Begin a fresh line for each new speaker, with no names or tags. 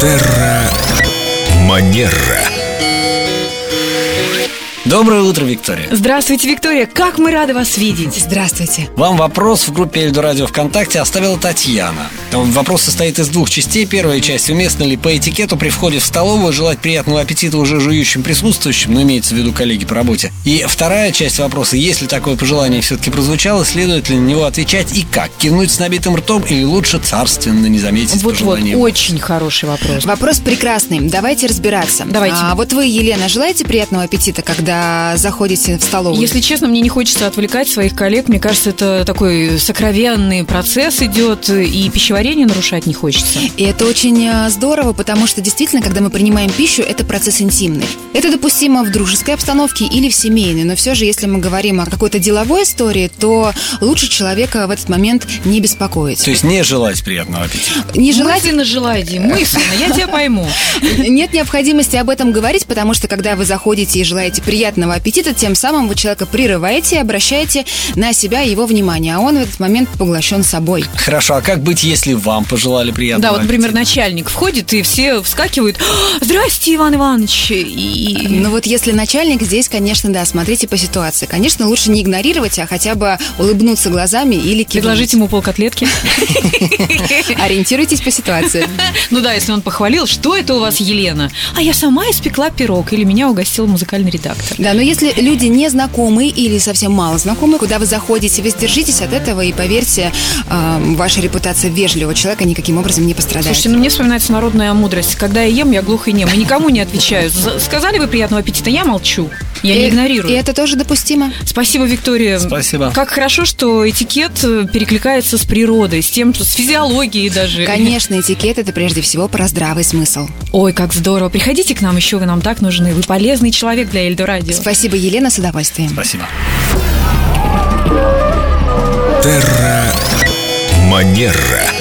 Терра Манера.
Доброе утро, Виктория.
Здравствуйте, Виктория. Как мы рады вас видеть.
Здравствуйте.
Вам вопрос в группе Эльду Радио ВКонтакте оставила Татьяна. Вопрос состоит из двух частей. Первая часть. Уместно ли по этикету при входе в столовую желать приятного аппетита уже жующим присутствующим, ну, имеется в виду коллеги по работе? И вторая часть вопроса. Если такое пожелание все-таки прозвучало, следует ли на него отвечать и как? Кинуть с набитым ртом или лучше царственно не заметить
Вот-вот,
пожелание?
очень хороший вопрос.
Вопрос прекрасный. Давайте разбираться.
Давайте.
А вот вы, Елена, желаете приятного аппетита, когда заходите в столовую?
Если честно, мне не хочется отвлекать своих коллег. Мне кажется, это такой сокровенный процесс идет, и пищеварение нарушать не хочется.
И это очень э, здорово, потому что действительно, когда мы принимаем пищу, это процесс интимный. Это допустимо в дружеской обстановке или в семейной, но все же, если мы говорим о какой-то деловой истории, то лучше человека в этот момент не беспокоить.
То есть не желать приятного аппетита.
Не желать
Мысленно желай, Дим, мысленно, я тебя пойму.
Нет необходимости об этом говорить, потому что когда вы заходите и желаете приятного аппетита, тем самым вы человека прерываете и обращаете на себя его внимание, а он в этот момент поглощен собой.
Хорошо, а как быть, если вам пожелали приятного
Да, вот, например,
аппетита?
начальник входит, и все вскакивают. «А, Здрасте, Иван Иванович. И...
Но Ну вот если начальник здесь, конечно, да, смотрите по ситуации. Конечно, лучше не игнорировать, а хотя бы улыбнуться глазами или кивнуть.
Предложить ему полкотлетки.
Ориентируйтесь по ситуации.
Ну да, если он похвалил, что это у вас, Елена? А я сама испекла пирог, или меня угостил музыкальный редактор.
Да, но если люди не знакомы или совсем мало знакомы, куда вы заходите, воздержитесь от этого и поверьте, э, ваша репутация вежливого человека никаким образом не пострадает.
Слушайте, ну мне вспоминается народная мудрость. Когда я ем, я глух и нем. И никому не отвечаю. За- Сказали вы приятного аппетита, я молчу. Я не
И-
игнорирую.
И Э, это тоже допустимо.
Спасибо, Виктория.
Спасибо.
Как хорошо, что этикет э, перекликается с природой, с тем, что с физиологией даже.
Конечно, этикет это прежде всего про здравый смысл.
Ой, как здорово. Приходите к нам еще, вы нам так нужны. Вы полезный человек для Эльдо Радио.
Спасибо, Елена, с удовольствием.
Спасибо.
Терра Манера.